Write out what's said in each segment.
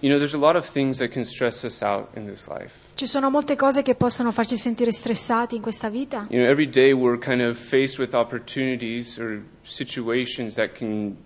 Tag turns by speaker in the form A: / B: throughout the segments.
A: You know, there's a lot of things that can stress us out in this life.
B: Ci sono molte cose che possono farci sentire stressati in questa vita.
A: You know, every day we're kind of faced with opportunities or situations that can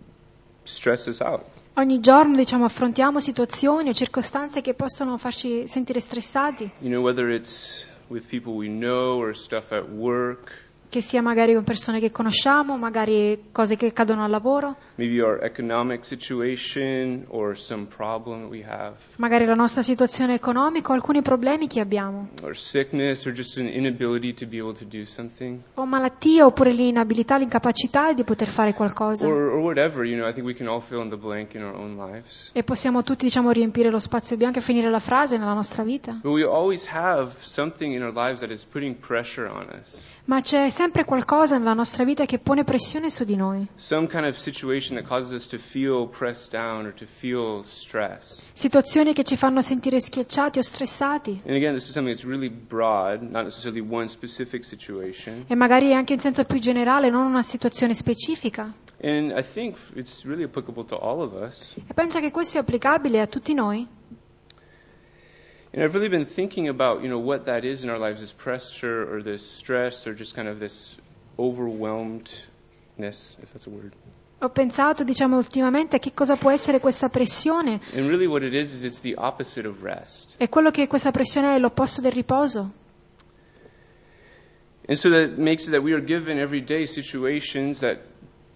A: stress us out.
B: Ogni giorno, diciamo, affrontiamo situazioni o circostanze che possono farci sentire stressati,
A: You know, whether it's with people we know or stuff at work,
B: che sia magari con persone che conosciamo, magari cose che accadono al lavoro,
A: maybe our economic situation or some problem that we have,
B: magari la nostra situazione economica o alcuni problemi che abbiamo,
A: or sickness or just an inability to be able to do something,
B: o malattie oppure l'inabilità, l'incapacità di poter fare qualcosa.
A: or, or whatever. You know, I think we can all fill in the blank in our own lives.
B: E possiamo tutti, diciamo, riempire lo spazio bianco e finire la frase nella nostra vita.
A: But we always have something in our lives that is putting pressure on us.
B: Ma c'è sempre qualcosa nella nostra vita che pone pressione su di noi.
A: Some kind of situation that causes us to feel pressed down or to feel stressed.
B: Situazioni che ci fanno sentire schiacciati o stressati.
A: And again, this is something that's really broad, not necessarily one specific situation.
B: E magari anche in senso più generale, non una situazione specifica.
A: And I think it's really applicable to all of us.
B: E penso che questo sia applicabile a tutti noi.
A: And I've really been thinking about, you know, what that is in our lives, this pressure or this stress or just kind of this overwhelmedness, if that's a word.
B: Ho pensato, diciamo, ultimamente a che cosa può essere questa pressione.
A: And really what it is is it's the opposite of rest.
B: E quello che questa pressione è l'opposto del riposo.
A: And so that makes it that we are given every day situations that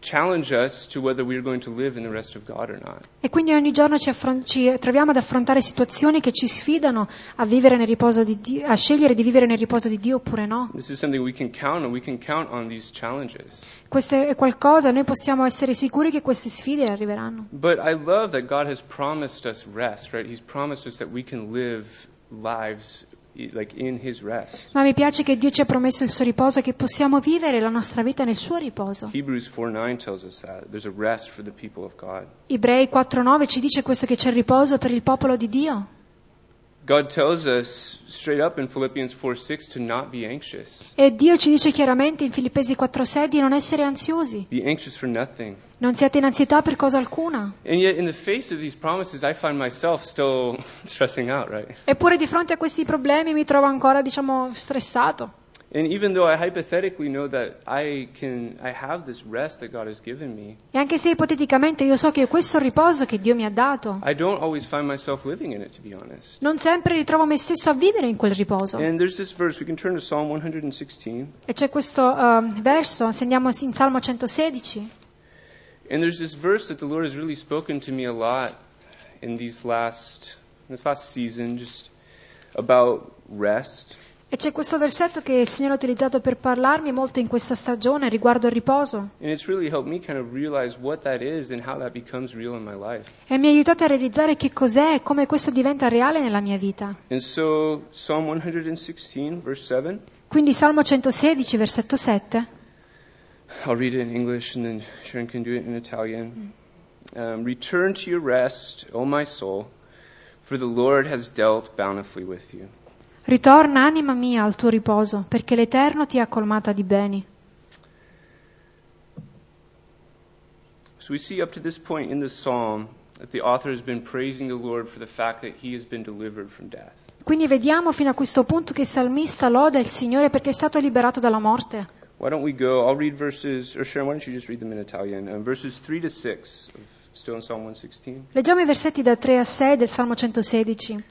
A: challenge us to whether we are going to live in the rest of God or not.
B: E quindi ogni giorno ci, affron- ci troviamo ad affrontare situazioni che ci sfidano a, vivere nel riposo di Dio, a scegliere di vivere nel riposo di Dio oppure no.
A: This is something we can count on. We can count on these challenges.
B: Questo è qualcosa, noi possiamo essere sicuri che queste sfide arriveranno.
A: But I love that God has promised us rest, right? He's promised us that we can live lives i- like in his rest.
B: Ma mi piace che Dio ci ha promesso il suo riposo, che possiamo vivere la nostra vita nel suo riposo.
A: Hebrews 4:9 tells us that there's a rest for the people of God.
B: Ebrei 4.9 ci dice questo che c'è il riposo per il popolo di Dio.
A: God tells us straight up in Philippians 4:6 to not be anxious.
B: E Dio ci dice chiaramente in Filippesi 4.6 di non essere ansiosi,
A: Be anxious for nothing.
B: non siate in ansietà per cosa alcuna.
A: And yet in the face of these promises, I find myself still stressing out, right?
B: Eppure di fronte a questi problemi mi trovo ancora, diciamo, stressato.
A: And even though I hypothetically know that I can I have this rest that God has given me,
B: E anche se ipoteticamente io so che questo riposo che Dio mi ha dato,
A: I don't always find myself living in it, to be honest.
B: non sempre ritrovo me stesso a vivere in quel riposo.
A: And there's this verse, we can turn to Psalm 116,
B: E c'è questo ehm, verso, se andiamo in Salmo 116,
A: and there's this verse that the Lord has really spoken to me a lot in these last this last season just about rest.
B: e c'è questo versetto che il Signore ha utilizzato per parlarmi molto in questa stagione riguardo al riposo.
A: And it's really helped me kind of realize what that is and how that becomes real in my life.
B: E mi ha aiutato a realizzare che cos'è e come questo diventa reale nella mia vita.
A: And so Psalm 116 verse 7
B: Quindi Salmo 116, versetto 7.
A: I'll read it in English and then Sharon can do it in Italian. Um, Return to your rest, O my soul, for the Lord has dealt bountifully with you.
B: Ritorna, anima mia, al tuo riposo, perché l'Eterno ti ha colmata di beni.
A: So we see up to this point in the psalm that the author has been praising the Lord for the fact that he has been delivered from death.
B: Quindi vediamo fino a questo punto che il salmista loda il Signore perché è stato liberato dalla morte.
A: Why don't we go? I'll read verses, or Sharon, why don't you just read them in Italian? Um, verses 3 to 6 of still in Psalm 116.
B: Leggiamo i versetti da 3 a 6 del Salmo 116.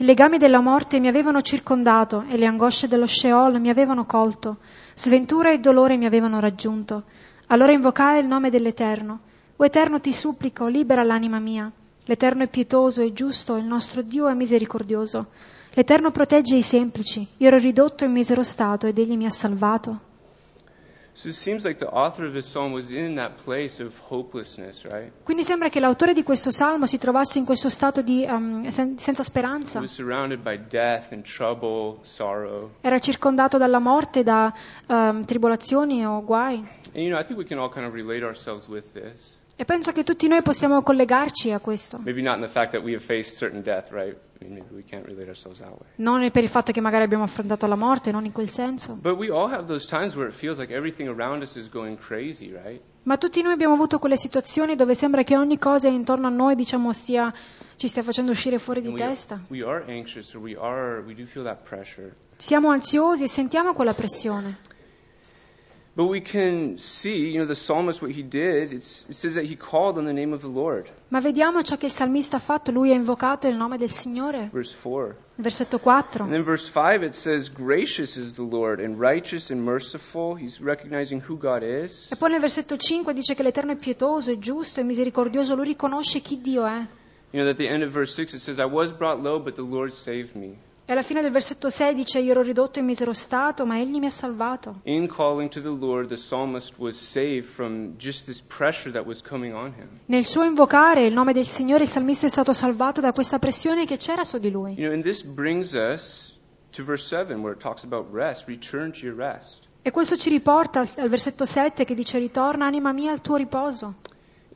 B: I legami della morte mi avevano circondato e le angosce dello Sheol mi avevano colto. Sventura e dolore mi avevano raggiunto. Allora invocai il nome dell'Eterno. O Eterno ti supplico, libera l'anima mia. L'Eterno è pietoso e giusto, il nostro Dio è misericordioso. L'Eterno protegge i semplici. Io ero ridotto in misero stato ed egli mi ha salvato.
A: So it seems like the author of this psalm was in that place of hopelessness, right?
B: Quindi sembra che l'autore di questo salmo si trovasse in questo stato di ehm, sen- senza
A: He
B: speranza.
A: was surrounded by death and trouble, sorrow.
B: Era circondato dalla morte, da ehm, tribolazioni o guai.
A: And you know, I think we can all kind of relate ourselves with this.
B: E penso che tutti noi possiamo collegarci a questo.
A: Maybe not in the fact that we have faced certain death, right? I mean, maybe we can't relate ourselves that way.
B: Non per il fatto che magari abbiamo affrontato la morte, non in quel senso.
A: But we all have those times where it feels like everything around us is going crazy, right?
B: Ma tutti noi abbiamo avuto quelle situazioni dove sembra che ogni cosa intorno a noi, diciamo, stia, ci stia facendo uscire fuori di
A: And we, are-
B: testa.
A: we are anxious or we are, we do feel that pressure.
B: Siamo ansiosi e sentiamo quella pressione.
A: But we can see, you know, the psalmist, what he did, it's, it says that he called on the name of the Lord.
B: Ma vediamo ciò che il salmista ha fatto. Lui ha invocato il nome del Signore.
A: Verse 4.
B: Versetto
A: And
B: 4.
A: then verse 5, it says, Gracious is the Lord and righteous and merciful. He's recognizing who God is.
B: E poi nel versetto 5 dice che l'Eterno è pietoso, è giusto, è misericordioso. Lui riconosce chi Dio è.
A: You know, at the end of verse 6, it says, I was brought low, but the Lord saved me.
B: E alla fine del versetto 6 dice io ero ridotto in misero stato, ma egli mi ha salvato.
A: In calling to the Lord, the psalmist was saved from just this pressure that was coming on him.
B: Nel suo invocare il nome del Signore il salmista è stato salvato da questa pressione che c'era su di lui.
A: You know, and this brings us to verse 7, where it talks about rest. Return to your rest.
B: E questo ci riporta al, al versetto 7 che dice ritorna anima mia al tuo riposo.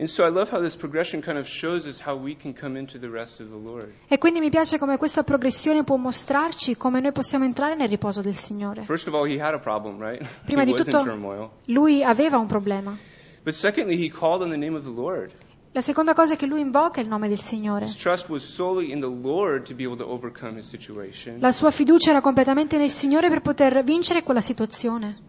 A: And so I love how this progression kind of shows us how we can come into the rest of the Lord.
B: E quindi mi piace come questa progressione può mostrarci come noi possiamo entrare nel riposo del Signore.
A: First of all, he had a problem, right?
B: Prima
A: he
B: di
A: was in
B: tutto-
A: turmoil.
B: Lui aveva un problema.
A: But secondly, he called on the name of the Lord.
B: La seconda cosa è che lui invoca è il nome del Signore.
A: His trust was solely in the Lord to be able to overcome his situation.
B: La sua fiducia era completamente nel Signore per poter vincere quella situazione.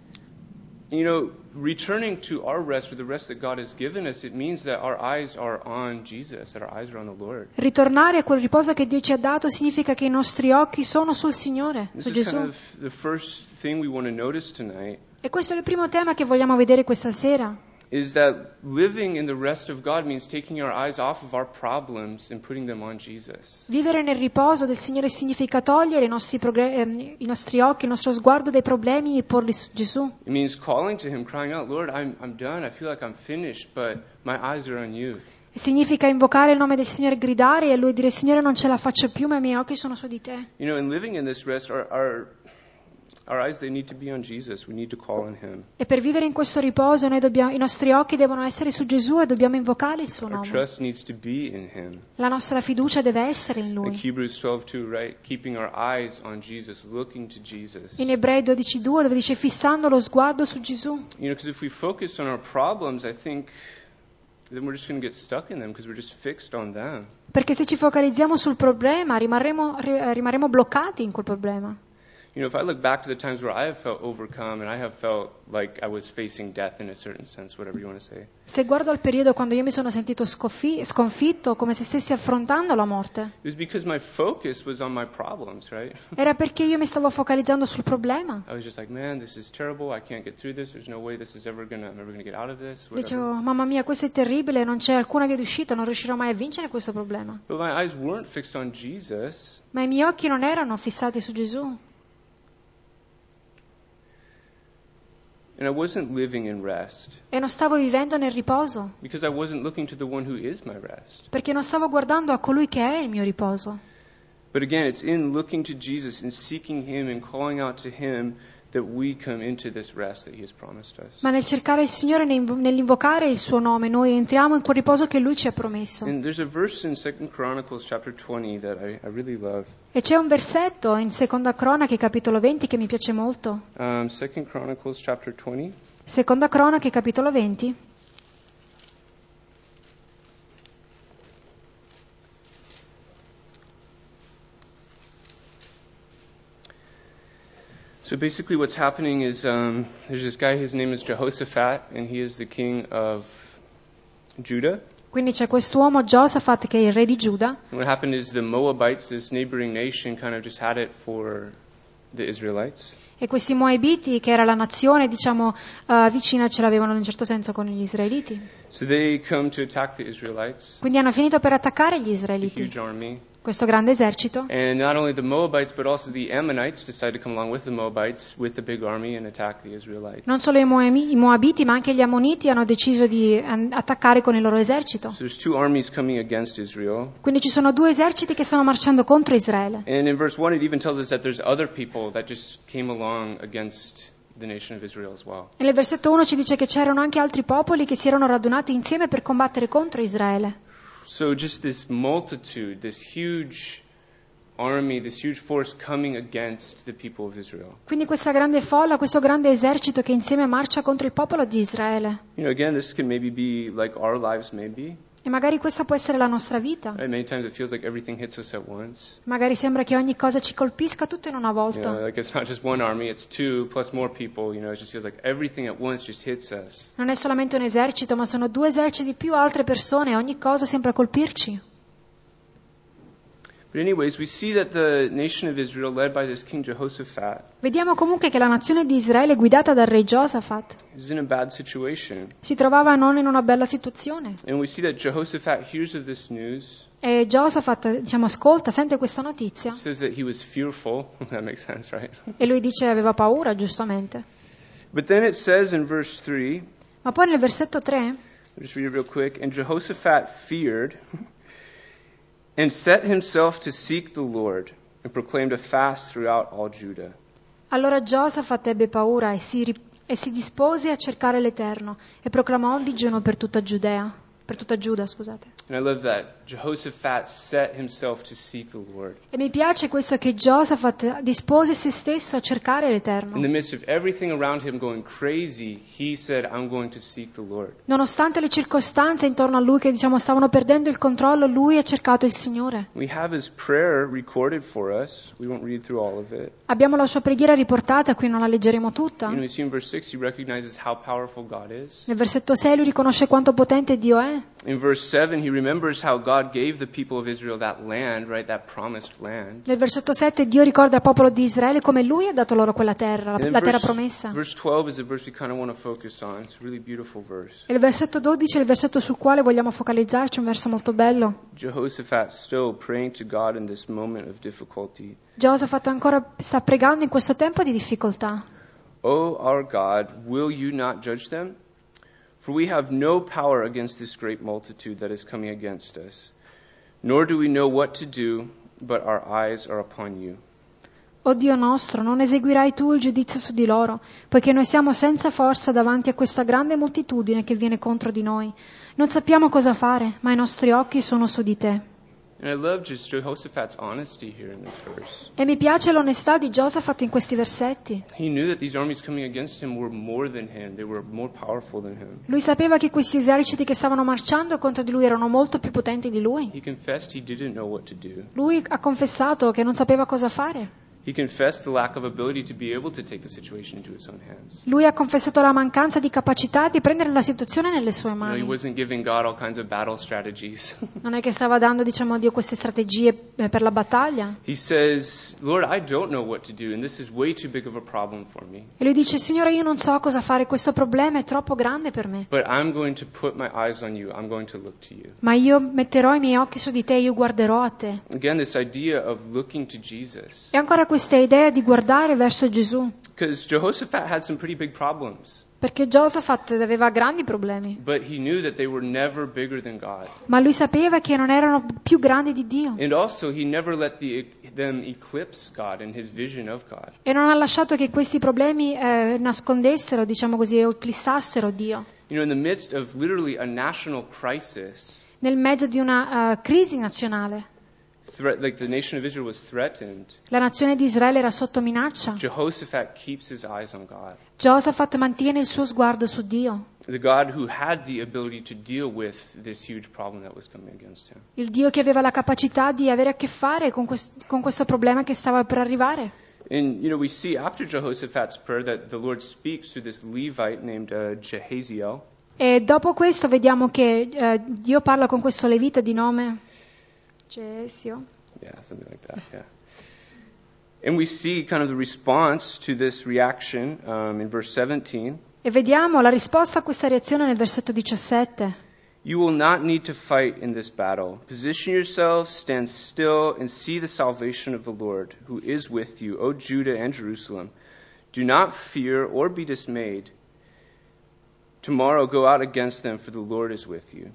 A: You know, returning to our rest or the rest that God has given us, it means that our eyes are on Jesus, that our eyes are on the Lord.
B: Ritornare a quel riposo che Dio ci ha dato significa che i nostri occhi sono sul Signore,
A: This
B: su
A: is
B: Gesù.
A: kind of the first thing we want to notice tonight
B: E questo è il primo tema che vogliamo vedere questa sera.
A: is that living in the rest of God means taking our eyes off of our problems and putting them on Jesus.
B: Vivere nel riposo del Signore significa togliere i nostri, progre- ehm, i nostri occhi, il nostro sguardo dai problemi e porli su Gesù.
A: It means calling to him, crying out, Lord, I'm, I'm done. I feel like I'm finished, but my eyes are on you.
B: Significa invocare il nome del Signore, gridare e a Lui dire Signore non ce la faccio più, ma i miei occhi sono su di te.
A: You know, in living in this rest, our, our, our eyes, they need to be on Jesus. We need to call on him.
B: E per vivere in questo riposo noi dobbiamo- i nostri occhi devono essere su Gesù e dobbiamo invocare il suo
A: Our
B: nome.
A: trust needs to be in him.
B: La nostra fiducia deve essere in
A: Like
B: Lui.
A: Hebrews 12, too, right? Keeping our eyes on Jesus, looking to Jesus.
B: In Ebrei 12.2 dove dice fissando lo sguardo su Gesù.
A: You know, because if we focus on our problems, I think then we're just going to get stuck in them because we're just fixed on them.
B: Perché se ci focalizziamo sul problema rimarremo, ri- eh, rimarremo bloccati in quel problema.
A: You know, if I look back to the times where I have felt overcome and I have felt like I was facing death in a certain sense, whatever you want to say,
B: Se guardo al periodo quando io mi sono sentito scoffi- sconfitto, come se stessi affrontando la morte,
A: it was because my focus was on my problems, right?
B: era perché io mi stavo focalizzando sul problema.
A: I was just like, man, this is terrible. I can't get through this. There's no way this is ever going to, I'm ever going to get out of this. Whatever.
B: Dicevo, mamma mia, questo è terribile, non c'è alcuna via d'uscita, non riuscirò mai a vincere questo problema.
A: But my eyes weren't fixed on Jesus.
B: Ma i miei occhi non erano fissati su Gesù
A: And I wasn't living in rest
B: e non stavo vivendo nel riposo,
A: because I wasn't looking to the one who is my rest.
B: perché non stavo guardando a colui che è il mio riposo.
A: But again, it's in looking to Jesus and seeking Him and calling out to Him that we come into this rest that He has promised us.
B: Ma nel cercare il Signore, nel- nell'invocare il suo nome, noi entriamo in quel riposo che Lui ci ha promesso.
A: And there's a verse in Second Chronicles chapter 20 that I, I really love.
B: E c'è un versetto in Seconda Cronache, capitolo 20, che mi piace molto.
A: Um, Second Chronicles chapter 20.
B: Seconda Cronache, capitolo 20.
A: So basically, what's happening is um, there's this guy. His name is Jehoshaphat, and he is the king of Judah.
B: Quindi c'è quest'uomo, Giosafat, che è il re di Giuda,
A: And what happened is the Moabites, this neighboring nation, kind of just had it for the Israelites.
B: E questi Moabiti, che era la nazione, diciamo, eh, vicina, ce l'avevano in un certo senso con gli israeliti.
A: So they come to attack the Israelites,
B: Quindi hanno finito per attaccare gli
A: the
B: israeliti,
A: huge army.
B: questo grande esercito.
A: And not only the Moabites, but also the Ammonites decide to come along with the Moabites with the big army and attack the Israelites.
B: Non solo i, Moami- i Moabiti, ma anche gli Ammoniti hanno deciso di an- attaccare con il loro esercito.
A: So there's two armies coming against Israel.
B: Quindi ci sono due eserciti che stanno marciando contro Israele.
A: And in verse 1, it even tells us that there's other people that just came along against the nation of Israel as well.
B: E nel versetto 1 ci dice che c'erano anche altri popoli che si erano radunati insieme per combattere contro Israele.
A: So just this multitude, this huge army, this huge force coming against the people of Israel.
B: Quindi questa grande folla, questo grande esercito che insieme marcia contro il popolo di Israele.
A: You know, again, this can maybe be like our lives maybe.
B: E magari questa può essere la nostra vita.
A: Right? Many times it feels like everything hits us at once.
B: Magari sembra che ogni cosa ci colpisca tutto in una
A: You
B: volta.
A: know, like it's not just one army, it's two plus more people. You know, it just feels like everything at once just hits us.
B: Non è solamente un esercito, ma sono due eserciti più altre persone e ogni cosa sembra colpirci.
A: But anyways, we see that the nation of Israel, led by this king Jehoshaphat,
B: Vediamo comunque che la nazione di Israele, guidata dal re Giosafat,
A: is in a bad situation,
B: si trovava non in una bella situazione.
A: and we see that Jehoshaphat hears of this news,
B: E Giosafat, diciamo, ascolta, sente questa notizia
A: says that he was fearful. that makes sense, right?
B: e lui dice aveva paura, giustamente.
A: But then it says in verse three,
B: Ma poi nel versetto 3
A: I'll just read it real quick. And Jehoshaphat feared and set himself to seek the Lord and proclaimed a fast throughout all Judah.
B: Allora Giosafat ebbe paura e si, ri- e si dispose a cercare l'Eterno e proclamò un digiuno per tutta Giudea, per tutta Giuda, scusate.
A: And I love that. Jehoshaphat set himself to seek the Lord.
B: E mi piace questo che Giosafat dispose se stesso a cercare
A: In the
B: l'Eterno.
A: midst of everything around him going crazy, he said, I'm going to seek the Lord.
B: Nonostante le circostanze intorno a lui che diciamo stavano perdendo il controllo, lui ha cercato il Signore.
A: We have his prayer recorded for us. We won't read through all of it.
B: Abbiamo la sua preghiera riportata, qui non la leggeremo tutta.
A: And we see in verse 6, he recognizes how powerful God is.
B: Nel versetto 6 lui riconosce quanto potente Dio è.
A: In verse 7, he remembers how God gave the people of Israel that land, right? That promised land.
B: Nel versetto 7 Dio ricorda al popolo di Israele come lui ha dato loro quella terra, la,
A: And
B: la
A: then
B: terra
A: verse,
B: promessa.
A: verse 12 is the verse we kind of want to focus on. It's a really beautiful verse.
B: E il versetto 12 è il versetto sul quale vogliamo focalizzarci, un verso molto bello.
A: Jehoshaphat still praying to God in this moment of difficulty.
B: Giosafat ancora sta pregando in questo tempo di difficoltà.
A: O our God, will you not judge them? For we have no power against this great multitude that is coming against us, nor do we know what to do, but our eyes are upon you.
B: O Dio nostro, non eseguirai tu il giudizio su di loro, poiché noi siamo senza forza davanti a questa grande moltitudine che viene contro di noi. Non sappiamo cosa fare, ma i nostri occhi sono su di te.
A: And I love just Jehoshaphat's honesty here in this verse.
B: E mi piace l'onestà di Giosafat in questi versetti.
A: He knew that these armies coming against him were more than him, they were more powerful than him.
B: Lui sapeva che questi eserciti che stavano marciando contro di lui erano molto più potenti di lui.
A: He confessed he didn't know what to do.
B: Lui ha confessato che non sapeva cosa fare.
A: He confessed the lack of ability to be able to take the situation into his own hands.
B: Lui ha confessato la mancanza di capacità di prendere la situazione nelle sue
A: You know, he
B: mani.
A: wasn't giving God all kinds of battle strategies.
B: Non è che stava dando, diciamo, a Dio queste strategie eh, per la battaglia.
A: he says, Lord, I don't know what to do, and this is way too big of a problem for me.
B: E lui dice, Signore, io non so cosa fare, questo problema è troppo grande per me.
A: But I'm going to put my eyes on you. I'm going to look to you.
B: Ma io metterò i miei occhi su di te, io guarderò a te.
A: Again, this idea of looking to Jesus.
B: E ancora questa idea di guardare verso Gesù.
A: Because Jehoshaphat had some pretty big problems,
B: Perché Giosafat aveva grandi problemi,
A: but he knew that they were never bigger than God.
B: ma lui sapeva che non erano più grandi di Dio.
A: And also, he never let the, them eclipse God and his vision of God.
B: E non ha lasciato che questi problemi eh, nascondessero, diciamo così, o eclissassero Dio.
A: You know, in the midst of literally a national crisis,
B: Nel mezzo di una eh, crisi nazionale,
A: threat, like the nation of Israel was threatened,
B: la nazione di Israele era sotto minaccia.
A: Cioè Jehoshaphat keeps his eyes on God,
B: Giosafat mantiene il suo sguardo su Dio,
A: the God who had the ability to deal with this huge problem that was coming against him.
B: il Dio che aveva la capacità di avere a che fare con, quest- con questo problema che stava per arrivare.
A: And, you know, we see after Jehoshaphat's prayer that the Lord speaks to this Levite named uh, Jehaziel.
B: E dopo questo vediamo che eh, Dio parla con questo levita di nome Gesio.
A: Yeah, something like that, yeah. And we see kind of the response to this reaction um, in verse 17.
B: E vediamo la risposta a questa reazione nel versetto 17.
A: You will not need to fight in this battle. Position yourselves, stand still, and see the salvation of the Lord, who is with you, O Judah and Jerusalem. Do not fear or be dismayed. Tomorrow go out against them, for the Lord is with you.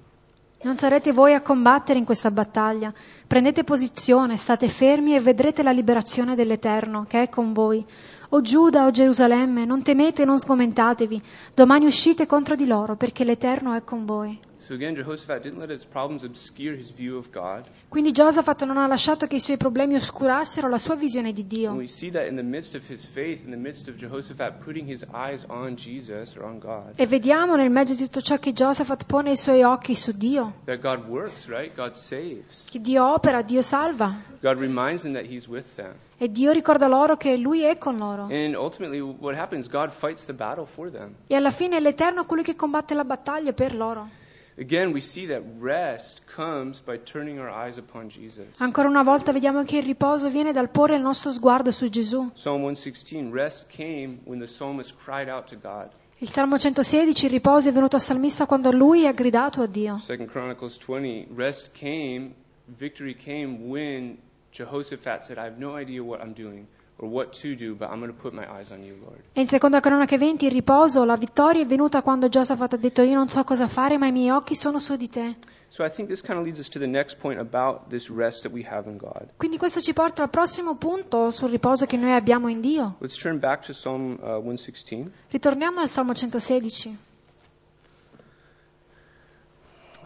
B: Non sarete voi a combattere in questa battaglia. Prendete posizione, state fermi e vedrete la liberazione dell'Eterno, che è con voi. O Giuda, o Gerusalemme, non temete, non sgomentatevi. Domani uscite contro di loro, perché l'Eterno è con voi.
A: So again, Jehoshaphat didn't let his problems obscure his view of God.
B: Quindi Giosafat non ha lasciato che i suoi problemi oscurassero la sua visione di
A: And
B: Dio.
A: we see that in the midst of his faith, in the midst of Jehoshaphat putting his eyes on Jesus or on God,
B: E vediamo nel mezzo di tutto ciò che Giosafat pone i suoi occhi su Dio,
A: that God works, right? God saves.
B: che Dio opera, Dio salva.
A: God reminds them that he's with them.
B: E Dio ricorda loro che Lui è con loro.
A: And ultimately, what happens, God fights the battle for them.
B: E alla fine è l'Eterno colui che combatte la battaglia per loro.
A: Again, we see that rest comes by turning our eyes upon Jesus.
B: Ancora una volta vediamo che il riposo viene dal porre il nostro sguardo su Gesù.
A: Psalm 116 Rest came when the psalmist cried out to God.
B: Il Salmo 116, il riposo è venuto al salmista quando lui ha gridato a Dio.
A: Second Chronicles 20 Rest came, victory came when Jehoshaphat said, I have no idea what I'm doing or what to do, but I'm going to put my eyes on you, Lord.
B: E in seconda cronache 20 il riposo, la vittoria è venuta quando Giosafat ha detto io non so cosa fare ma i miei occhi sono su di te.
A: So I think this kind of leads us to the next point about this rest that we have in God.
B: Quindi questo ci porta al prossimo punto sul riposo che noi abbiamo in Dio.
A: Let's turn back to Psalm uh, 116.
B: Ritorniamo al Salmo 116.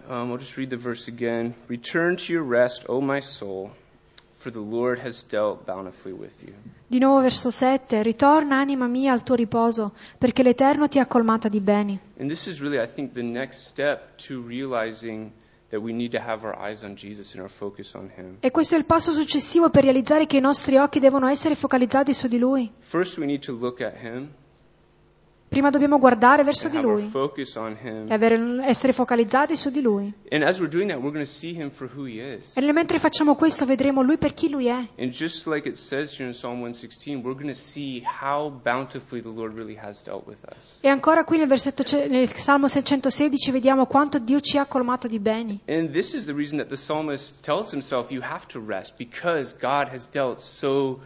A: Um, I'll just read the verse again. Return to your rest, O my soul, for the Lord has dealt bountifully with you.
B: Di nuovo verso 7, ritorna anima mia al tuo riposo, perché l'Eterno ti ha colmata di beni.
A: And this is really, I think, the next step to realizing that we need to have our eyes on Jesus and our focus on Him.
B: E questo è il passo successivo per realizzare che i nostri occhi devono essere focalizzati su di Lui.
A: First, we need to look at Him
B: Prima dobbiamo guardare verso
A: and
B: di
A: have our
B: Lui
A: focus on
B: e
A: Him.
B: avere- essere focalizzati su di Lui.
A: And as we're doing that, we're going to see Him for who He is.
B: E nel mentre facciamo questo vedremo Lui per chi Lui è.
A: And just like it says here in Psalm 116, we're going to see how bountifully the Lord really has dealt with us.
B: E ancora qui nel, versetto, ce- nel Salmo 616 vediamo quanto Dio ci ha colmato di beni.
A: And this is the reason that the psalmist tells himself, You have to rest because God has dealt so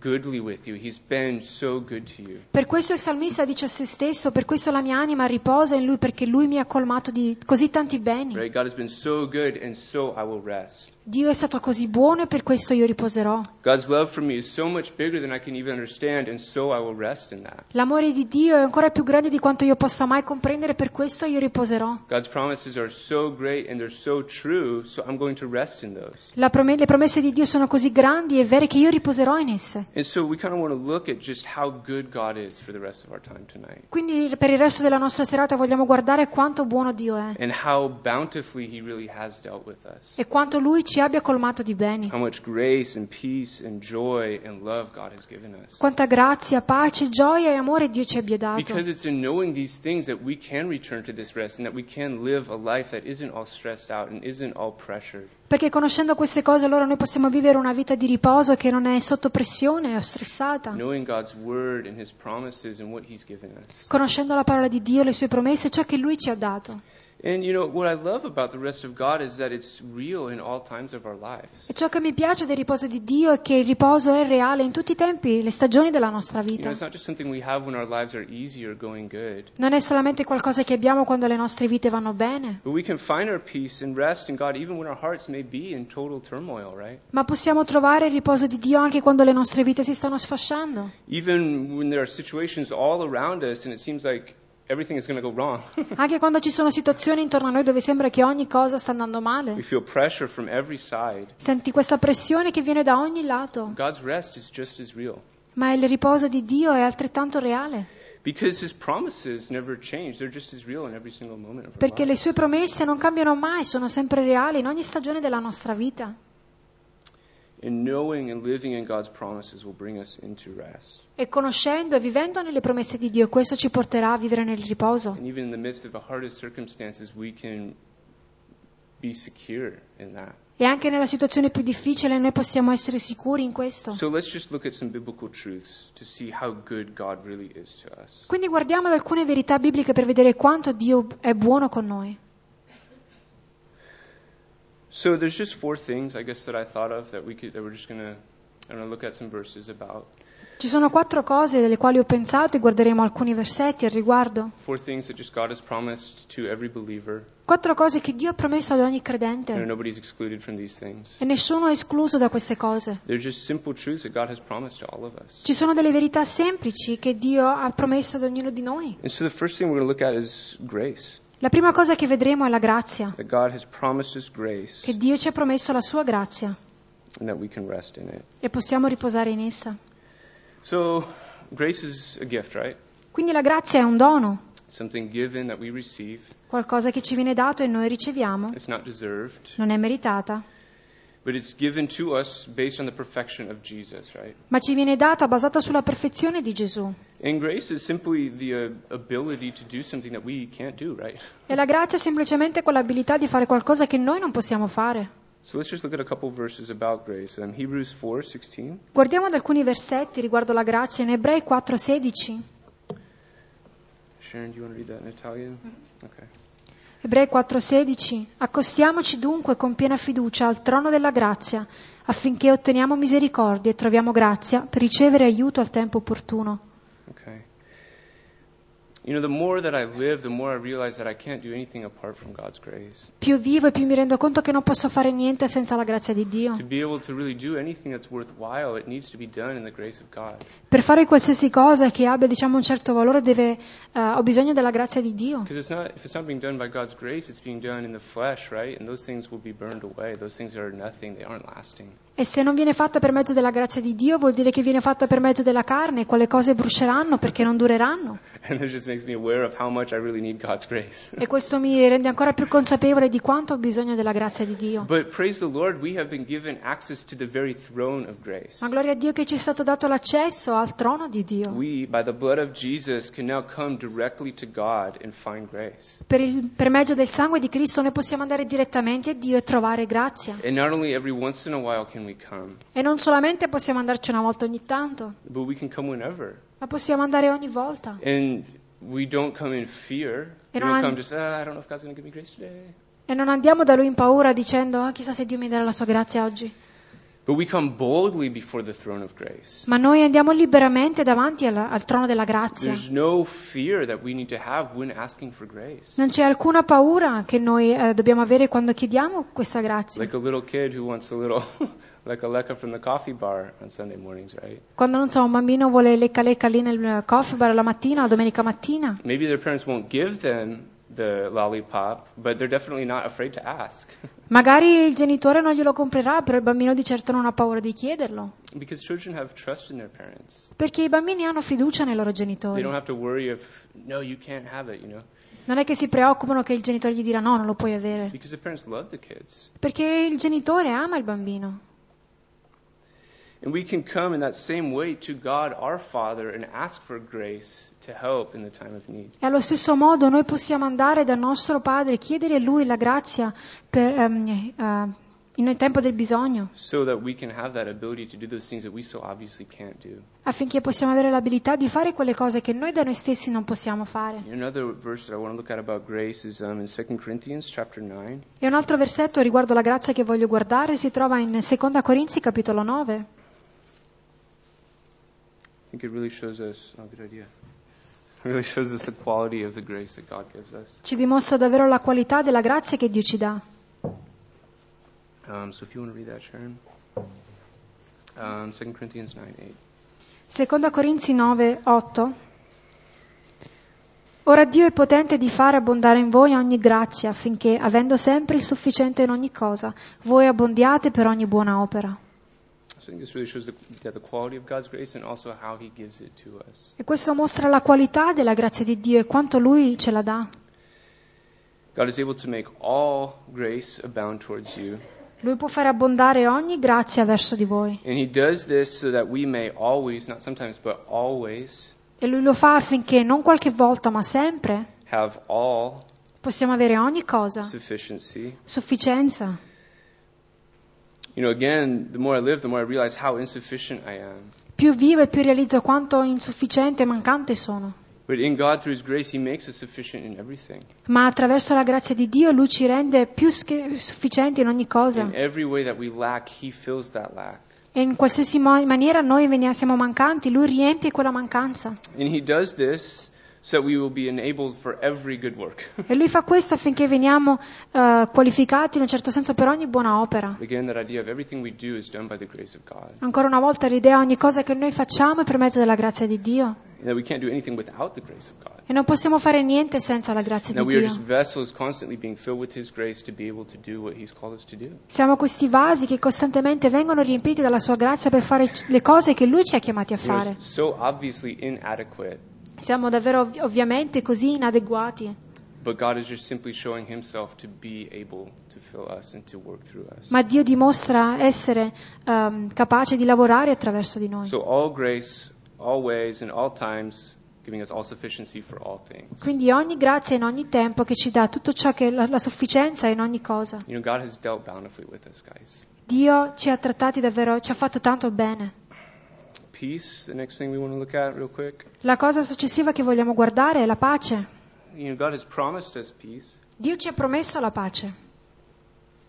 A: goodly with you. He's been so good to you.
B: Per questo il salmista dice a se stesso, per questo la mia anima riposa in Lui perché Lui mi ha colmato di così tanti beni.
A: Right? God has been so good, and so I will rest.
B: Dio è stato così buono e per questo io riposerò.
A: God's love for me is so much bigger than I can even understand, and so I will rest in that.
B: L'amore di Dio è ancora più grande di quanto io possa mai comprendere, per questo io riposerò.
A: God's promises are so great and they're so true, so I'm going to rest in those.
B: La prome- le promesse di Dio sono così grandi e vere che io riposerò in esse.
A: And so we kind of want to look at just how good God is for the rest of our time tonight
B: Quindi per il resto della nostra serata vogliamo guardare quanto buono Dio è
A: and how bountifully He really has dealt with us.
B: e quanto Lui ci abbia colmato di beni.
A: how much grace and peace and joy and love God has given us.
B: Quanta grazia, pace, gioia e amore Dio ci abbia dato.
A: Because it's in knowing these things that we can return to this rest and that we can live a life that isn't all stressed out and isn't all pressured.
B: Perché conoscendo queste cose allora noi possiamo vivere una vita di riposo che non è sotto pressione o stressata.
A: Knowing God's word and His promises and what He's given us.
B: Conoscendo la parola di Dio, le sue promesse, ciò che Lui ci ha dato.
A: And you know, what I love about the rest of God is that it's real in all times of our lives.
B: E ciò che mi piace del riposo di Dio è che il riposo è reale in tutti i tempi, le stagioni della nostra
A: You know,
B: vita.
A: it's not just something we have when our lives are easy or going good.
B: Non è solamente qualcosa che abbiamo quando le nostre vite vanno bene,
A: But we can find our peace and rest in God even when our hearts may be in total turmoil, right?
B: ma possiamo trovare il riposo di Dio anche quando le nostre vite si stanno sfasciando.
A: even when there are situations all around us and it seems like everything is going to go wrong.
B: Anche quando ci sono situazioni intorno a noi dove sembra che ogni cosa sta andando
A: we
B: male.
A: feel pressure from every side.
B: Senti questa pressione che viene da ogni lato,
A: God's rest is just as real
B: ma il riposo di Dio è altrettanto reale,
A: because his promises never change. They're just as real in every single moment of our
B: perché le
A: lives.
B: sue promesse non cambiano mai, sono sempre reali in ogni stagione della nostra vita.
A: And knowing and living in God's promises will bring us into rest.
B: E conoscendo e vivendo nelle promesse di Dio, questo ci porterà a vivere nel riposo.
A: And even in the midst of the hardest circumstances, we can be secure in that.
B: E anche nella situazione più difficile noi possiamo essere sicuri in questo.
A: So let's just look at some biblical truths to see how good God really is to us.
B: Quindi guardiamo ad alcune verità bibliche per vedere quanto Dio è buono con noi.
A: So there's just four things I guess that I thought of that we could that we're just going to I'm going to look at some verses about
B: Ci sono quattro cose delle quali ho pensato e guarderemo alcuni versetti al riguardo.
A: four things that just God has promised to every believer.
B: Quattro cose che Dio ha promesso ad
A: You
B: ogni
A: know,
B: credente
A: nobody's excluded from these things.
B: e nessuno è escluso da queste cose.
A: They're just simple truths that God has promised to all of us.
B: Ci sono delle verità semplici che Dio ha promesso ad ognuno di noi.
A: And so the first thing we're going to look at is grace.
B: La prima cosa che vedremo è la grazia,
A: That God has promised us grace
B: che Dio ci ha promesso la sua grazia
A: and that we can rest in it.
B: e possiamo riposare in essa.
A: So, grace is a gift, right?
B: Quindi la grazia è un dono,
A: Something given that we receive.
B: qualcosa che ci viene dato e noi riceviamo,
A: It's not deserved,
B: non è meritata,
A: but it's given to us based on the perfection of Jesus, right?
B: ma ci viene data basata sulla perfezione di Gesù.
A: And grace is simply the uh, ability to do something that we can't do, right?
B: E la grazia è semplicemente quell'abilità di fare qualcosa che noi non possiamo fare.
A: So let's just look at a couple verses about grace. Um, Hebrews 4:16.
B: Guardiamo ad alcuni versetti riguardo la grazia in Ebrei 4:16.
A: Sharon, do you want to read that in Italian? Okay.
B: Ebrei 4:16 Accostiamoci dunque con piena fiducia al trono della grazia, affinché otteniamo misericordia e troviamo grazia per ricevere aiuto al tempo opportuno.
A: Okay. You know, the more that I live, the more I realize that I can't do anything apart from God's grace.
B: Più vivo e più mi rendo conto che non posso fare niente senza la grazia di Dio.
A: To be able to really do anything that's worthwhile, it needs to be done in the grace of God.
B: Per fare qualsiasi cosa che abbia diciamo un certo valore deve, eh, ho bisogno della grazia di Dio.
A: Because it's not if it's not being done by God's grace, it's being done in the flesh, right? And those things will be burned away. Those things are nothing, they aren't lasting.
B: E se non viene fatta per mezzo della grazia di Dio vuol dire che viene fatta per mezzo della carne e quelle cose bruceranno perché non dureranno.
A: And it just makes me aware of how much I really need God's grace.
B: E questo mi rende ancora più consapevole di quanto ho bisogno della grazia di Dio.
A: But praise the Lord, we have been given access to the very throne of grace.
B: Ma gloria a Dio che ci è stato dato l'accesso al trono di Dio.
A: We, by the blood of Jesus, can now come directly to God and find grace.
B: Per, il- per mezzo del sangue di Cristo noi possiamo andare direttamente a Dio e trovare grazia.
A: And not only every once in a while can we come,
B: E non solamente possiamo andarci una volta ogni tanto,
A: but we can come whenever.
B: ma possiamo andare ogni volta.
A: And we don't come in fear. We
B: And
A: don't
B: on-
A: come just, ah, I don't know if God's going to give me grace today.
B: E non andiamo da Lui in paura dicendo, ah chissà se Dio mi darà la sua grazia oggi.
A: But we come boldly before the throne of grace.
B: Ma noi andiamo liberamente davanti alla- al trono della grazia.
A: There's no fear that we need to have when asking for grace.
B: Non c'è alcuna paura che noi eh, dobbiamo avere quando chiediamo questa grazia.
A: Like a little kid who wants a little, like a lecca from the coffee bar on Sunday mornings, right?
B: Quando, non so, un bambino vuole lecca lecca lì nel eh, coffee bar la mattina, la domenica mattina.
A: Maybe their parents won't give them the lollipop, but they're definitely not afraid to ask.
B: Magari il genitore non glielo comprerà, però il bambino di certo non ha paura di chiederlo.
A: Because children have trust in their parents.
B: Perché i bambini hanno fiducia nei loro
A: They
B: genitori.
A: don't have to worry if, no, you can't have it, you know?
B: Non è che si preoccupano che il genitore gli dirà no, non lo puoi avere.
A: Because the parents love the kids.
B: Perché il genitore ama il bambino.
A: And we can come in that same way to God our Father and ask for grace to help in the time of need.
B: E allo stesso modo noi possiamo andare dal nostro padre e chiedere a lui la grazia per, ehm, eh, in tempo del bisogno,
A: so that we can have that ability to do those things that we so obviously can't do.
B: affinché possiamo avere l'abilità di fare quelle cose che noi da noi stessi non possiamo fare.
A: Another verse that I want to look at about grace is um, in 2 Corinthians chapter 9.
B: E un altro versetto riguardo la grazia che voglio guardare si trova in 2 Corinzi capitolo 9.
A: I think it really shows us, oh, good idea. It really shows us the quality of the grace that God gives us.
B: Ci dimostra davvero la qualità della grazia che Dio ci dà.
A: Um, so if you want to read that, Sharon. Um, 2 Corinthians 9, 8.
B: 2 Corinzi 9, 8. Ora Dio è potente di fare abbondare in voi ogni grazia, affinché, avendo sempre il sufficiente in ogni cosa, voi abbondiate per ogni buona opera.
A: So I think this really shows the, yeah, the quality of God's grace and also how He gives it to us.
B: E questo mostra la qualità della grazia di Dio e quanto Lui ce la dà.
A: God is able to make all grace abound towards you.
B: Lui può fare abbondare ogni grazia verso di voi.
A: And He does this so that we may always, not sometimes, but always,
B: E Lui lo fa affinché non qualche volta, ma sempre,
A: have all
B: possiamo avere ogni cosa,
A: sufficiency.
B: sufficienza.
A: You know, again, the more I live, the more I realize how insufficient I am.
B: Più vivo e più realizzo quanto insufficiente e mancante sono.
A: But in God, through His grace, He makes us sufficient in everything.
B: ma attraverso la grazia di Dio Lui ci rende più che sufficienti in ogni cosa.
A: In every way that we lack, He fills that lack.
B: E in qualsiasi mo- maniera noi venia- siamo mancanti, Lui riempie quella mancanza.
A: And He does this so that we will be enabled for every good work.
B: E Lui fa questo affinché veniamo eh, qualificati in un certo senso per ogni buona opera.
A: Again, that idea of everything we do is done by the grace of God.
B: Ancora una volta l'idea ogni cosa che noi facciamo è per mezzo della grazia di Dio.
A: And that we can't do anything without the grace of God.
B: E non possiamo fare niente senza la grazia
A: And that
B: di
A: we are just
B: Dio.
A: vessels constantly being filled with His grace to be able to do what He's called us to do.
B: Siamo questi vasi che costantemente vengono riempiti dalla sua grazia per fare c- le cose che Lui ci ha chiamati a
A: You know,
B: fare.
A: it's so obviously inadequate,
B: Siamo davvero ov- ovviamente così inadeguati,
A: but God is just simply showing Himself to be able to fill us and to work through us.
B: ma Dio dimostra essere ehm, capace di lavorare attraverso di noi.
A: So all grace, all ways, and all times, giving us all sufficiency for all things.
B: Quindi ogni grazia in ogni tempo che ci dà tutto ciò che la, la sufficienza in ogni cosa.
A: You know, God has dealt bountifully with us, guys.
B: Dio ci ha trattati davvero, ci ha fatto tanto bene.
A: Peace, the next thing we want to look at real quick.
B: La cosa successiva che vogliamo guardare è la pace.
A: You know, God has promised us peace,
B: Dio ci ha promesso la pace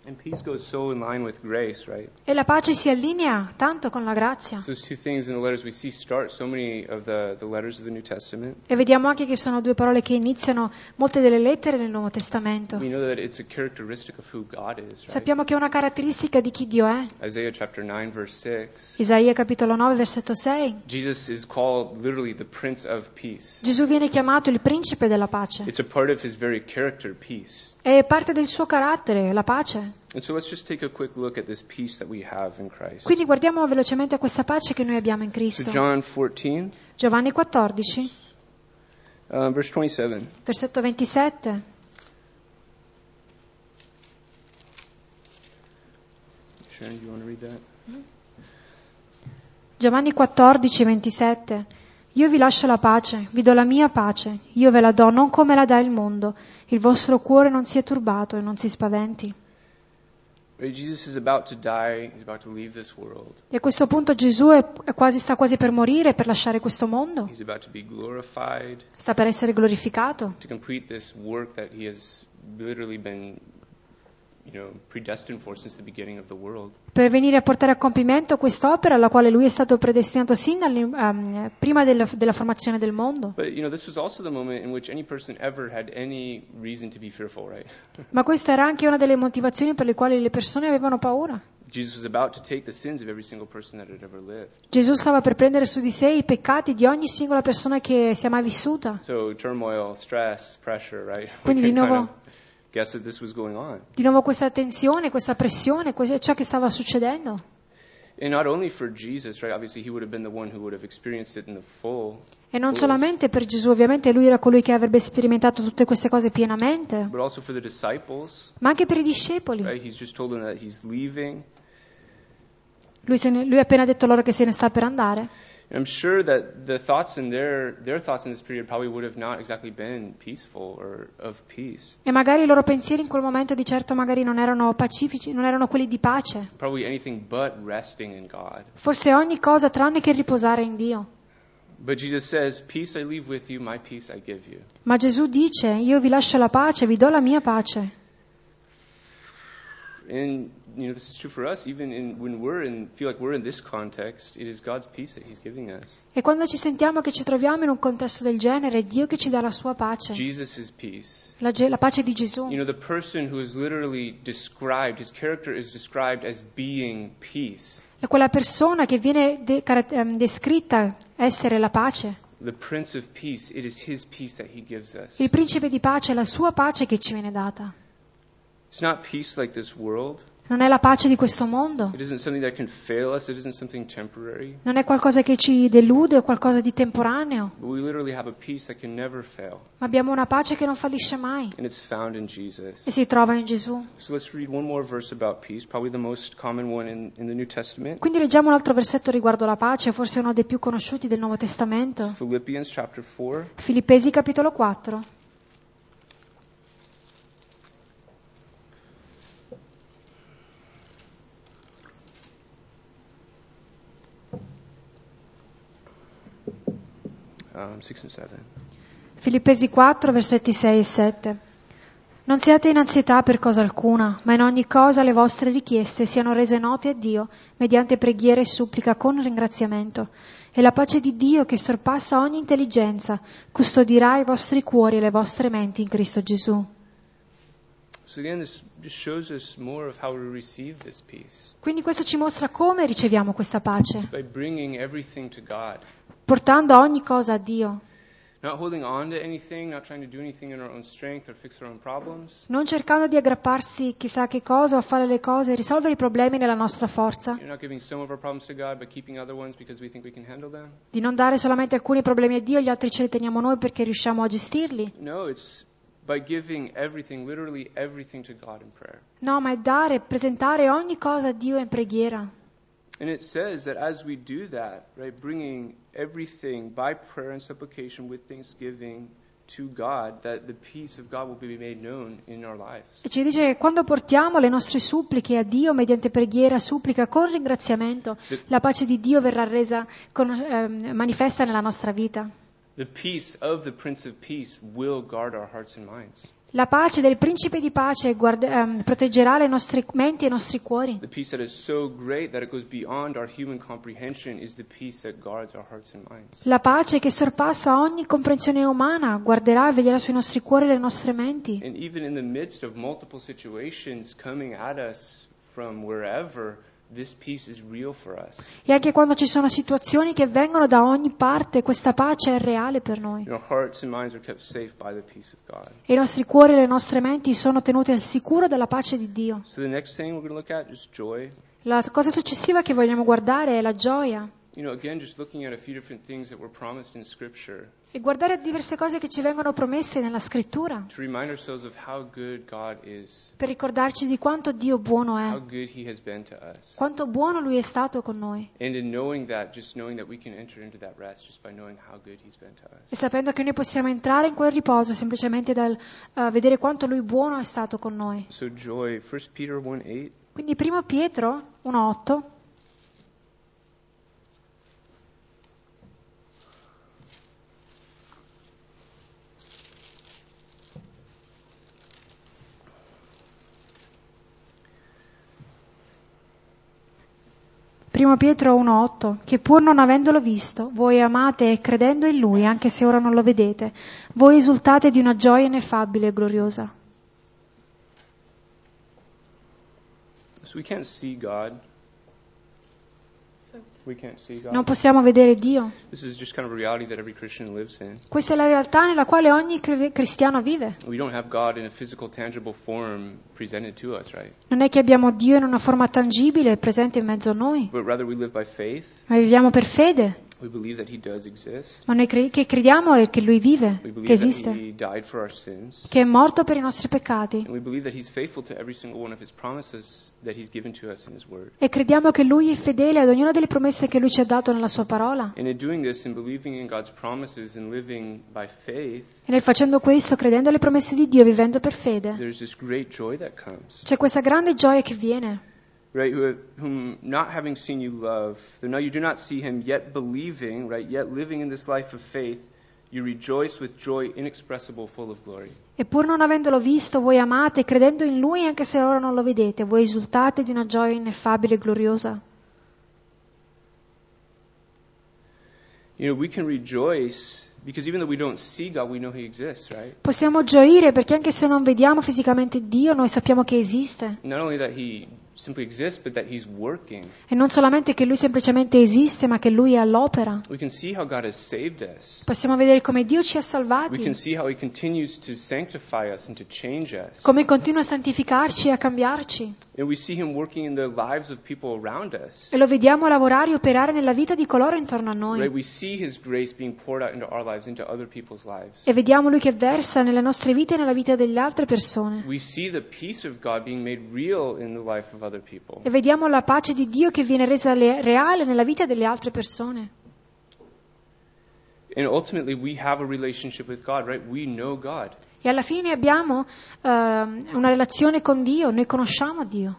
A: and peace goes so in line with grace, right?
B: e la pace si allinea tanto con la grazia.
A: So those two things in the letters we see start so many of the, the letters of the New Testament.
B: E vediamo anche che sono due parole che iniziano molte delle lettere nel Nuovo Testamento.
A: We know that it's a characteristic of who God is, right?
B: Sappiamo che è una caratteristica di chi Dio è.
A: Isaiah chapter 9, verse 6.
B: Isaia capitolo 9 versetto 6.
A: Jesus is called literally the Prince of Peace.
B: Gesù viene chiamato il principe della pace.
A: It's a part of his very character, peace.
B: È parte del suo carattere, la pace.
A: And so let's just take a quick look at this peace that we have in Christ.
B: Quindi guardiamo velocemente a questa pace che noi abbiamo in
A: So
B: Cristo.
A: John 14,
B: Giovanni 14
A: uh, verse 27.
B: versetto 27.
A: Sharon, do you want to read that?
B: Giovanni 14, 27. Io vi lascio la pace, vi do la mia pace, io ve la do non come la dà il mondo, il vostro cuore non sia turbato e non si spaventi.
A: Right, Jesus is about to die. He's about to leave this world.
B: E a questo punto Gesù è è quasi, sta quasi per morire, per lasciare questo mondo,
A: He's about to be glorified
B: sta per essere glorificato,
A: to complete this work that he has literally been, you know, predestined for since the beginning of the world.
B: per venire a portare a compimento quest'opera alla quale lui è stato predestinato sin dal, ehm, prima della, della formazione del mondo.
A: But you know, this was also the moment in which any person ever had any reason to be fearful. Right?
B: Ma questa era anche una delle motivazioni per le quali le persone avevano paura.
A: Jesus was about to take the sins of every single person that had ever lived.
B: Gesù stava per prendere su di sé i peccati di ogni singola persona che sia mai vissuta.
A: So turmoil, stress, pressure, right?
B: Quindi di
A: can kind
B: nuovo-
A: of guess that this was going on.
B: Di nuovo questa tensione, questa pressione, questo- ciò che stava succedendo.
A: And not only for Jesus, right? Obviously, he would have been the one who would have experienced it in the full,
B: E non solamente per Gesù, ovviamente lui era colui che avrebbe sperimentato tutte queste cose pienamente,
A: but also for the disciples,
B: ma anche per i discepoli.
A: right? He's just told them that he's leaving.
B: Lui, se ne- lui ha appena detto loro che se ne sta per andare.
A: And I'm sure that the thoughts in their their thoughts in this period probably would have not exactly been peaceful or of peace.
B: E magari i loro pensieri in quel momento di certo magari non erano pacifici, non erano quelli di pace.
A: Probably anything but resting in God.
B: Forse ogni cosa tranne che riposare in Dio.
A: But Jesus says, "Peace I leave with you, my peace I give you."
B: Ma Gesù dice, io vi lascio la pace, vi do la mia pace.
A: And you know this is true for us even in, when we're in feel like we're in this context. It is God's peace that He's giving us.
B: E quando ci sentiamo che ci troviamo in un contesto del genere, è Dio che ci dà la sua pace,
A: Jesus' peace.
B: la, ge- la pace di Gesù.
A: You know the person who is literally described, his character is described as being peace,
B: È quella persona che viene de- cara- ehm, descritta essere la pace.
A: the Prince of Peace. It is His peace that He gives us.
B: Il principe di pace è la sua pace che ci viene data.
A: It's not peace like this world.
B: Non è la pace di questo mondo,
A: It isn't something that can fail us. It isn't something temporary.
B: non è qualcosa che ci delude o qualcosa di temporaneo,
A: But we literally have a peace that can never fail,
B: ma abbiamo una pace che non fallisce mai
A: and it's found in Jesus.
B: e si trova in Gesù.
A: So let's read one more verse about peace, probably the most common one in, in the New Testament.
B: Quindi leggiamo un altro versetto riguardo la pace, forse uno dei più conosciuti del Nuovo Testamento.
A: Philippians chapter 4.
B: Filippesi capitolo 4.
A: um, 6 and 7.
B: Filippesi 4, versetti 6 e 7. Non siate in ansietà per cosa alcuna, ma in ogni cosa le vostre richieste siano rese note a Dio mediante preghiere e supplica con ringraziamento. E la pace di Dio che sorpassa ogni intelligenza custodirà i vostri cuori e le vostre menti in Cristo Gesù.
A: So again, this just shows us more of how we receive this peace.
B: Quindi questo ci mostra come riceviamo questa
A: It's
B: pace,
A: by bringing everything to God.
B: portando ogni cosa a Dio,
A: Not holding on to anything, not trying to do anything in our own strength or fix our own problems.
B: non cercando di aggrapparsi chissà che cosa o a fare le cose, risolvere i problemi nella nostra forza,
A: You're not giving some of our problems to God, but keeping other ones because we think we can handle them.
B: di non dare solamente alcuni problemi a Dio e gli altri ce li teniamo noi perché riusciamo a gestirli.
A: No, it's by giving everything, literally everything to God in prayer.
B: No, ma è dare, presentare ogni cosa a Dio in preghiera.
A: And it says that as we do that, right, bringing everything by prayer and supplication with thanksgiving to God, that the peace of God will be made known in our lives.
B: E ci dice che quando portiamo le nostre suppliche a Dio mediante preghiera, supplica con ringraziamento, la pace di Dio verrà resa con- ehm, manifesta nella nostra vita.
A: The peace of the Prince of Peace will guard our hearts and minds.
B: La pace del principe di pace guard- ehm, proteggerà le nostre menti e i nostri cuori.
A: The peace that is so great that it goes beyond our human comprehension is the peace that guards our hearts and minds.
B: La pace che sorpassa ogni comprensione umana guarderà e veglierà sui nostri cuori e le nostre menti.
A: And even in the midst of multiple situations coming at us from wherever, this peace is real for us.
B: E anche quando ci sono situazioni che vengono da ogni parte, questa pace è reale per noi.
A: And our hearts and minds are kept safe by the peace of God.
B: E i nostri cuori e le nostre menti sono tenute al sicuro dalla pace di Dio.
A: So the next thing we're going to look at is joy.
B: La cosa successiva che vogliamo guardare è la gioia.
A: You know, again, just looking at a few different things that were promised in Scripture
B: E guardare diverse cose che ci vengono promesse nella scrittura.
A: to remind ourselves of how good God is,
B: Per ricordarci di quanto Dio buono
A: how
B: è.
A: good He has been to us.
B: Quanto buono Lui è stato con noi.
A: And in knowing that, just knowing that we can enter into that rest just by knowing how good He's been to us.
B: E sapendo che noi possiamo entrare in quel riposo semplicemente dal eh, vedere quanto Lui buono è stato con noi.
A: So joy, 1 Peter 1 8.
B: Quindi primo Pietro 1.8. Primo Pietro 1.8 Che pur non avendolo visto, voi amate e credendo in Lui, anche se ora non lo vedete, voi esultate di una gioia ineffabile e gloriosa.
A: So we can't see God. We can't see
B: Non
A: God.
B: possiamo vedere Dio.
A: This is just kind of a reality that every Christian lives in.
B: Questa è la realtà nella quale ogni cre- cristiano vive.
A: We don't have God in a physical, tangible form presented to us, right?
B: Non è che abbiamo Dio in una forma tangibile e presente in mezzo a noi,
A: But rather, we live by faith.
B: ma viviamo per fede.
A: We believe that He does exist.
B: Ma noi cre- che crediamo è che Lui vive,
A: We
B: che
A: believe that
B: esiste,
A: He died for our sins.
B: che è morto per i nostri peccati.
A: And we believe that He's faithful to every single one of His promises that He's given to us in His Word.
B: E crediamo che Lui è fedele ad ognuna delle promesse che Lui ci ha dato nella Sua parola.
A: And in doing this, in believing in God's promises and living by faith,
B: E nel facendo questo, credendo alle promesse di Dio, vivendo per fede,
A: there's this great joy that comes.
B: c'è questa grande gioia che viene.
A: right, who have, whom not having seen you love, though now you do not see him, yet believing, right, yet living in this life of faith, you rejoice with joy inexpressible, full of glory.
B: E pur non avendolo visto, voi amate, e credendo in Lui, anche se ora non lo vedete, voi esultate di una gioia ineffabile e gloriosa.
A: You know, we can rejoice because even though we don't see God, we know he exists, right?
B: Possiamo gioire perché anche se non vediamo fisicamente Dio, noi sappiamo che esiste.
A: Not only that he simply exists, but that he's working.
B: E non solamente che Lui semplicemente esiste, ma che Lui è all'opera.
A: We can see how God has saved us.
B: Possiamo vedere come Dio ci ha
A: We can
B: salvati,
A: see how he continues to sanctify us and to change us.
B: come continua a santificarci e a cambiarci.
A: And we see him working in the lives of people around us.
B: E lo vediamo lavorare e operare nella vita di coloro intorno a
A: Right?
B: noi.
A: We see his grace being poured out into our lives, into other people's lives.
B: E vediamo Lui che versa nelle nostre vite e nella vita delle altre persone.
A: we see the peace of God being made real in the life of other people.
B: E vediamo la pace di Dio che viene resa le- reale nella vita delle altre persone.
A: And ultimately, we have a relationship with God, right? We know God.
B: E alla fine abbiamo ehm, una relazione con Dio, noi conosciamo Dio.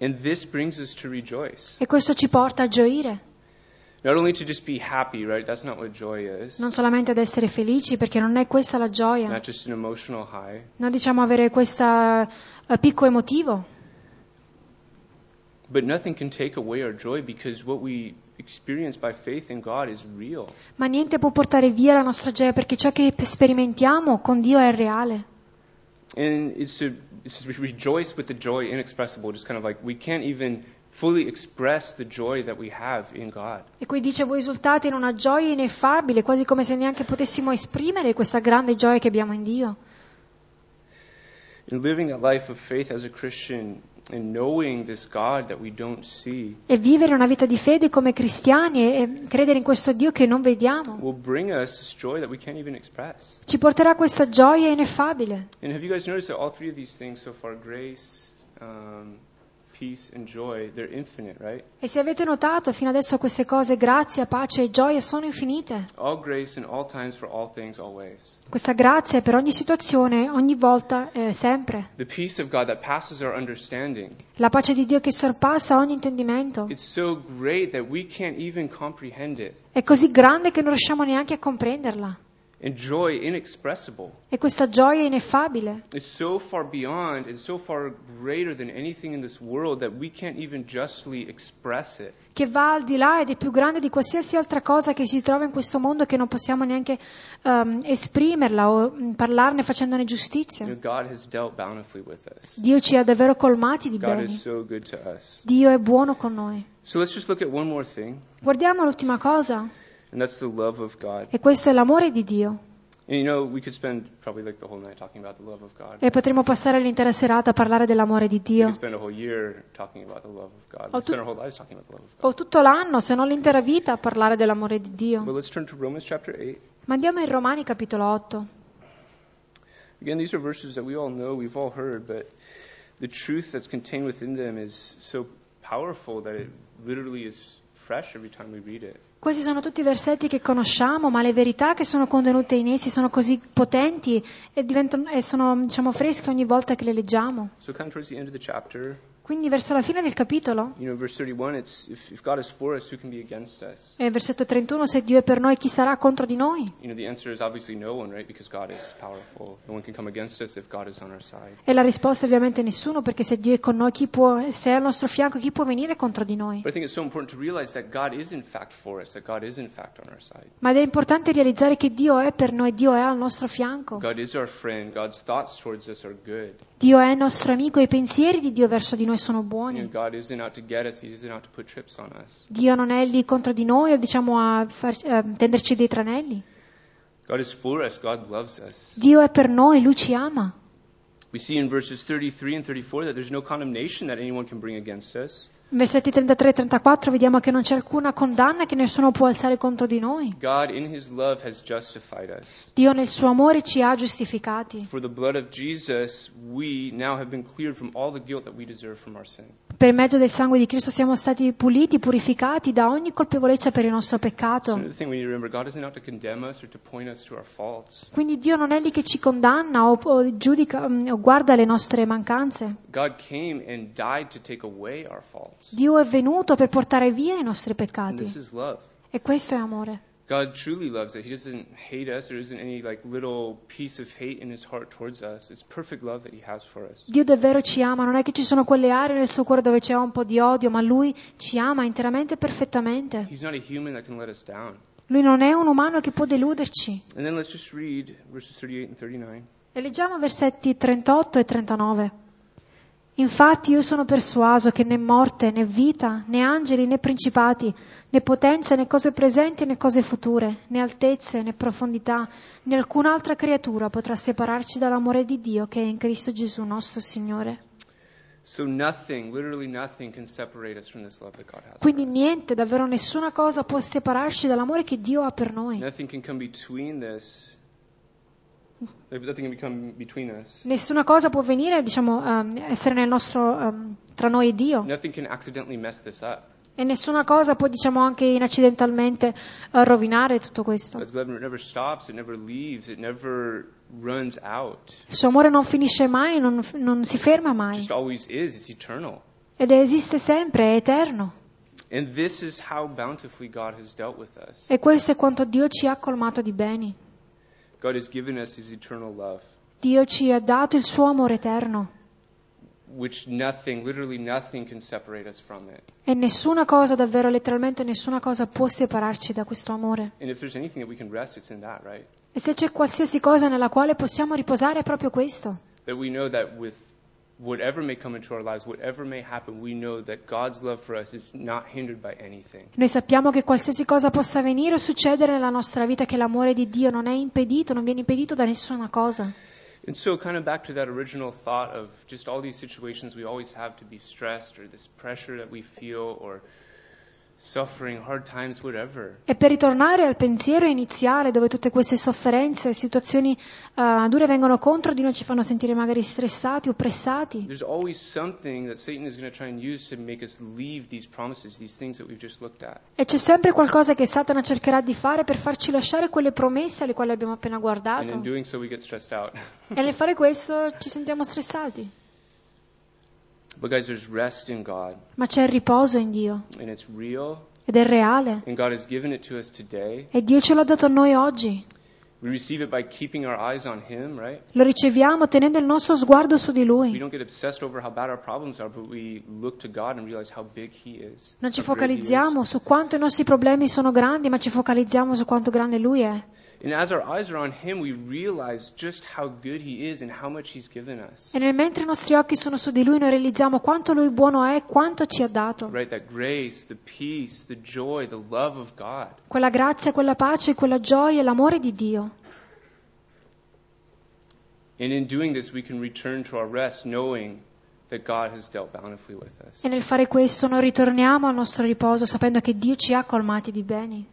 A: And this brings us to rejoice.
B: E questo ci porta a gioire.
A: Not only to just be happy, right? That's not what joy is.
B: non solamente ad essere felici, perché non è questa la gioia,
A: Not just an emotional high,
B: non diciamo avere questo picco emotivo,
A: but nothing can take away our joy because what we experience by faith in God is real.
B: ma niente può portare via la nostra gioia, perché ciò che sperimentiamo con Dio è reale.
A: And it's to, it's to rejoice with the joy inexpressible, just kind of like we can't even fully express the joy that we have in God.
B: E qui dice, voi esultate in una gioia ineffabile, quasi come se neanche potessimo esprimere questa grande gioia che abbiamo in Dio.
A: In living that life of faith as a Christian and knowing this God that we don't see
B: E vivere una vita di fede come cristiani e e credere in questo Dio che non vediamo
A: will bring us this joy that we can't even express.
B: ci porterà questa gioia ineffabile.
A: And have you guys noticed that all three of these things so far grace, um, peace, and joy they're infinite, right?
B: E se avete notato, fino adesso queste cose, grazia, pace e gioia, sono infinite.
A: All grace in all times for all things always.
B: Questa grazia è per ogni situazione, ogni volta, eh, sempre.
A: The peace of God that passes our understanding.
B: La pace di Dio che sorpassa ogni intendimento.
A: It's so great that we can't even comprehend it.
B: È così grande che non riusciamo neanche a comprenderla.
A: And joy inexpressible.
B: E questa gioia ineffabile
A: It's so far beyond and so far greater than anything in this world that we can't even justly express it.
B: che va al di là ed è più grande di qualsiasi altra cosa che si trova in questo mondo e che non possiamo neanche ehm, esprimerla o mm, parlarne facendone
A: You know,
B: giustizia.
A: God has dealt bountifully with us.
B: Dio ci ha davvero colmati di
A: God
B: beni.
A: is so good to us.
B: Dio è buono con noi.
A: So let's just look at one more thing,
B: Guardiamo l'ultima cosa,
A: and that's the love of God.
B: e questo è l'amore di Dio.
A: And you know, we could spend probably like the whole night talking about the love of God.
B: E potremmo passare l'intera serata a parlare dell'amore di
A: We could
B: Dio.
A: spend a whole year talking about the love of God.
B: Oh,
A: We could
B: tu-
A: spend our whole lives talking about the love of God.
B: O tutto l'anno, se non l'intera vita, a parlare dell'amore di Dio.
A: But let's turn to Romans chapter 8.
B: Ma andiamo in Romani capitolo 8.
A: Again, these are verses that we all know, we've all heard, but the truth that's contained within them is so powerful that it literally is fresh every time we read it.
B: Questi sono tutti versetti che conosciamo, ma le verità che sono contenute in essi sono così potenti e, diventano- e sono diciamo, fresche ogni volta che le leggiamo.
A: So, kind of towards the end of the chapter,
B: Quindi verso la fine del capitolo,
A: you know, verse 31, it's if, if God is for us, who can be against us?
B: eh, versetto 31, se Dio è per noi, chi sarà contro di noi?
A: You know, the answer is obviously no one, right? Because God is powerful. No one can come against us if God is on our side.
B: E la risposta è ovviamente nessuno, perché se Dio è con noi, chi può, se è al nostro fianco, chi può venire contro di noi?
A: But I think it's so important to realize that God is in fact for us, that God is in fact on our side.
B: Ma è importante realizzare che Dio è per noi, Dio è al nostro fianco,
A: God is our friend. God's thoughts towards us are good.
B: Dio è nostro amico e i pensieri di Dio verso di noi sono
A: You know,
B: buoni.
A: God isn't out to get us. He isn't out to put trips on us.
B: Dio non è lì contro di noi, o diciamo a farci- a tenderci dei tranelli.
A: God is for us. God loves us.
B: Dio è per noi, Lui ci ama.
A: We see in verses 33 and 34 that there's no condemnation that anyone can bring against us.
B: In versetti 33 e 34 vediamo che non c'è alcuna condanna che nessuno può alzare contro di noi.
A: God, in his love, has justified us.
B: Dio nel suo amore ci ha giustificati.
A: For the blood of Jesus, we now have been cleared from all the guilt that we deserve from our sin.
B: Per mezzo del sangue di Cristo siamo stati puliti, purificati da ogni colpevolezza per il nostro
A: Another
B: peccato.
A: thing we need to remember God isn't out to condemn us or to point us to our faults.
B: Quindi Dio non è lì che ci condanna o, o giudica mm, o guarda le nostre mancanze.
A: God came and died to take away our faults.
B: Dio è venuto per portare via i nostri
A: And this
B: peccati.
A: is love.
B: E questo è amore.
A: God truly loves it. He doesn't hate us. There isn't any like little piece of hate in his heart towards us. It's perfect love that he has for us.
B: Dio davvero ci ama, non è che ci sono quelle aree nel suo cuore dove c'è un po' di odio, ma Lui ci ama interamente e perfettamente.
A: He's not a human that can let us down.
B: Lui non è un umano che può deluderci.
A: And then let's just read verses 38 and 39.
B: E leggiamo versetti 38 e 39. Infatti io sono persuaso che né morte, né vita, né angeli, né principati, né potenze, né cose presenti, né cose future, né altezze, né profondità, né alcun'altra creatura potrà separarci dall'amore di Dio che è in Cristo Gesù nostro Signore.
A: So nothing, literally nothing, can separate us from this love that God has. for
B: Quindi niente, davvero nessuna cosa può separarci dall'amore che Dio ha per
A: us.
B: noi.
A: Nothing can come between this. like, Nothing can come between us.
B: Nessuna cosa può venire, diciamo, ehm, essere nel nostro, ehm, tra noi e Dio.
A: Nothing can accidentally mess this up.
B: E nessuna cosa può, diciamo, anche inaccidentalmente eh, rovinare tutto questo. Il
A: God's love never stops. It never leaves. It never runs out.
B: suo amore non finisce mai, non, non si ferma
A: It
B: mai.
A: just always is. It's eternal.
B: Ed esiste sempre, è eterno.
A: And this is how bountifully God has dealt with us.
B: E questo è quanto Dio ci ha colmato di beni.
A: God has given us his eternal love,
B: Dio ci ha dato il suo amore eterno
A: which nothing, literally nothing, can separate us from it.
B: e nessuna cosa, davvero letteralmente nessuna cosa può separarci da questo amore.
A: And if there's anything that we can rest, it's in that, right?
B: E se c'è qualsiasi cosa nella quale possiamo riposare è proprio questo,
A: That we know that with whatever may come into our lives, whatever may happen, we know that God's love for us is not hindered by anything.
B: Noi sappiamo che qualsiasi cosa possa venire o succedere nella nostra vita, che l'amore di Dio non è impedito, non viene impedito da nessuna cosa.
A: And so, kind of back to that original thought of just all these situations we always have to be stressed, or this pressure that we feel, or suffering, hard times, whatever.
B: E per ritornare al pensiero iniziale, dove tutte queste sofferenze, situazioni eh, dure vengono contro di noi, ci fanno sentire magari stressati, oppressati,
A: There's always something that Satan is going to try and use to make us leave these promises, these things that we've just looked at.
B: e c'è sempre qualcosa che Satana cercherà di fare per farci lasciare quelle promesse alle quali abbiamo appena
A: And in
B: guardato.
A: doing so, we get stressed out.
B: E nel fare questo ci sentiamo stressati.
A: But, guys, there's rest in God,
B: Ma c'è il riposo in Dio,
A: and it's real,
B: ed è reale.
A: and God has given it to us today.
B: E Dio ce l'ha dato a noi oggi.
A: We receive it by keeping our eyes on Him, right?
B: Lo riceviamo tenendo il nostro sguardo su di
A: We
B: Lui.
A: don't get obsessed over how bad our problems are, but we look to God and realize how big He is.
B: Non ci
A: how great He is.
B: focalizziamo su quanto i nostri problemi sono grandi, ma ci focalizziamo su quanto grande Lui è.
A: And as our eyes are on Him, we realize just how good He is and how much He's given us.
B: E nel mentre i nostri occhi sono su di Lui, noi realizziamo quanto Lui buono è e quanto ci ha dato.
A: Right? That grace, the peace, the joy, the love of God.
B: Quella grazia, quella pace, quella gioia e l'amore di Dio.
A: And in doing this, we can return to our rest knowing that God has dealt bountifully with us.
B: E nel fare questo noi ritorniamo al nostro riposo sapendo che Dio ci ha colmati di beni.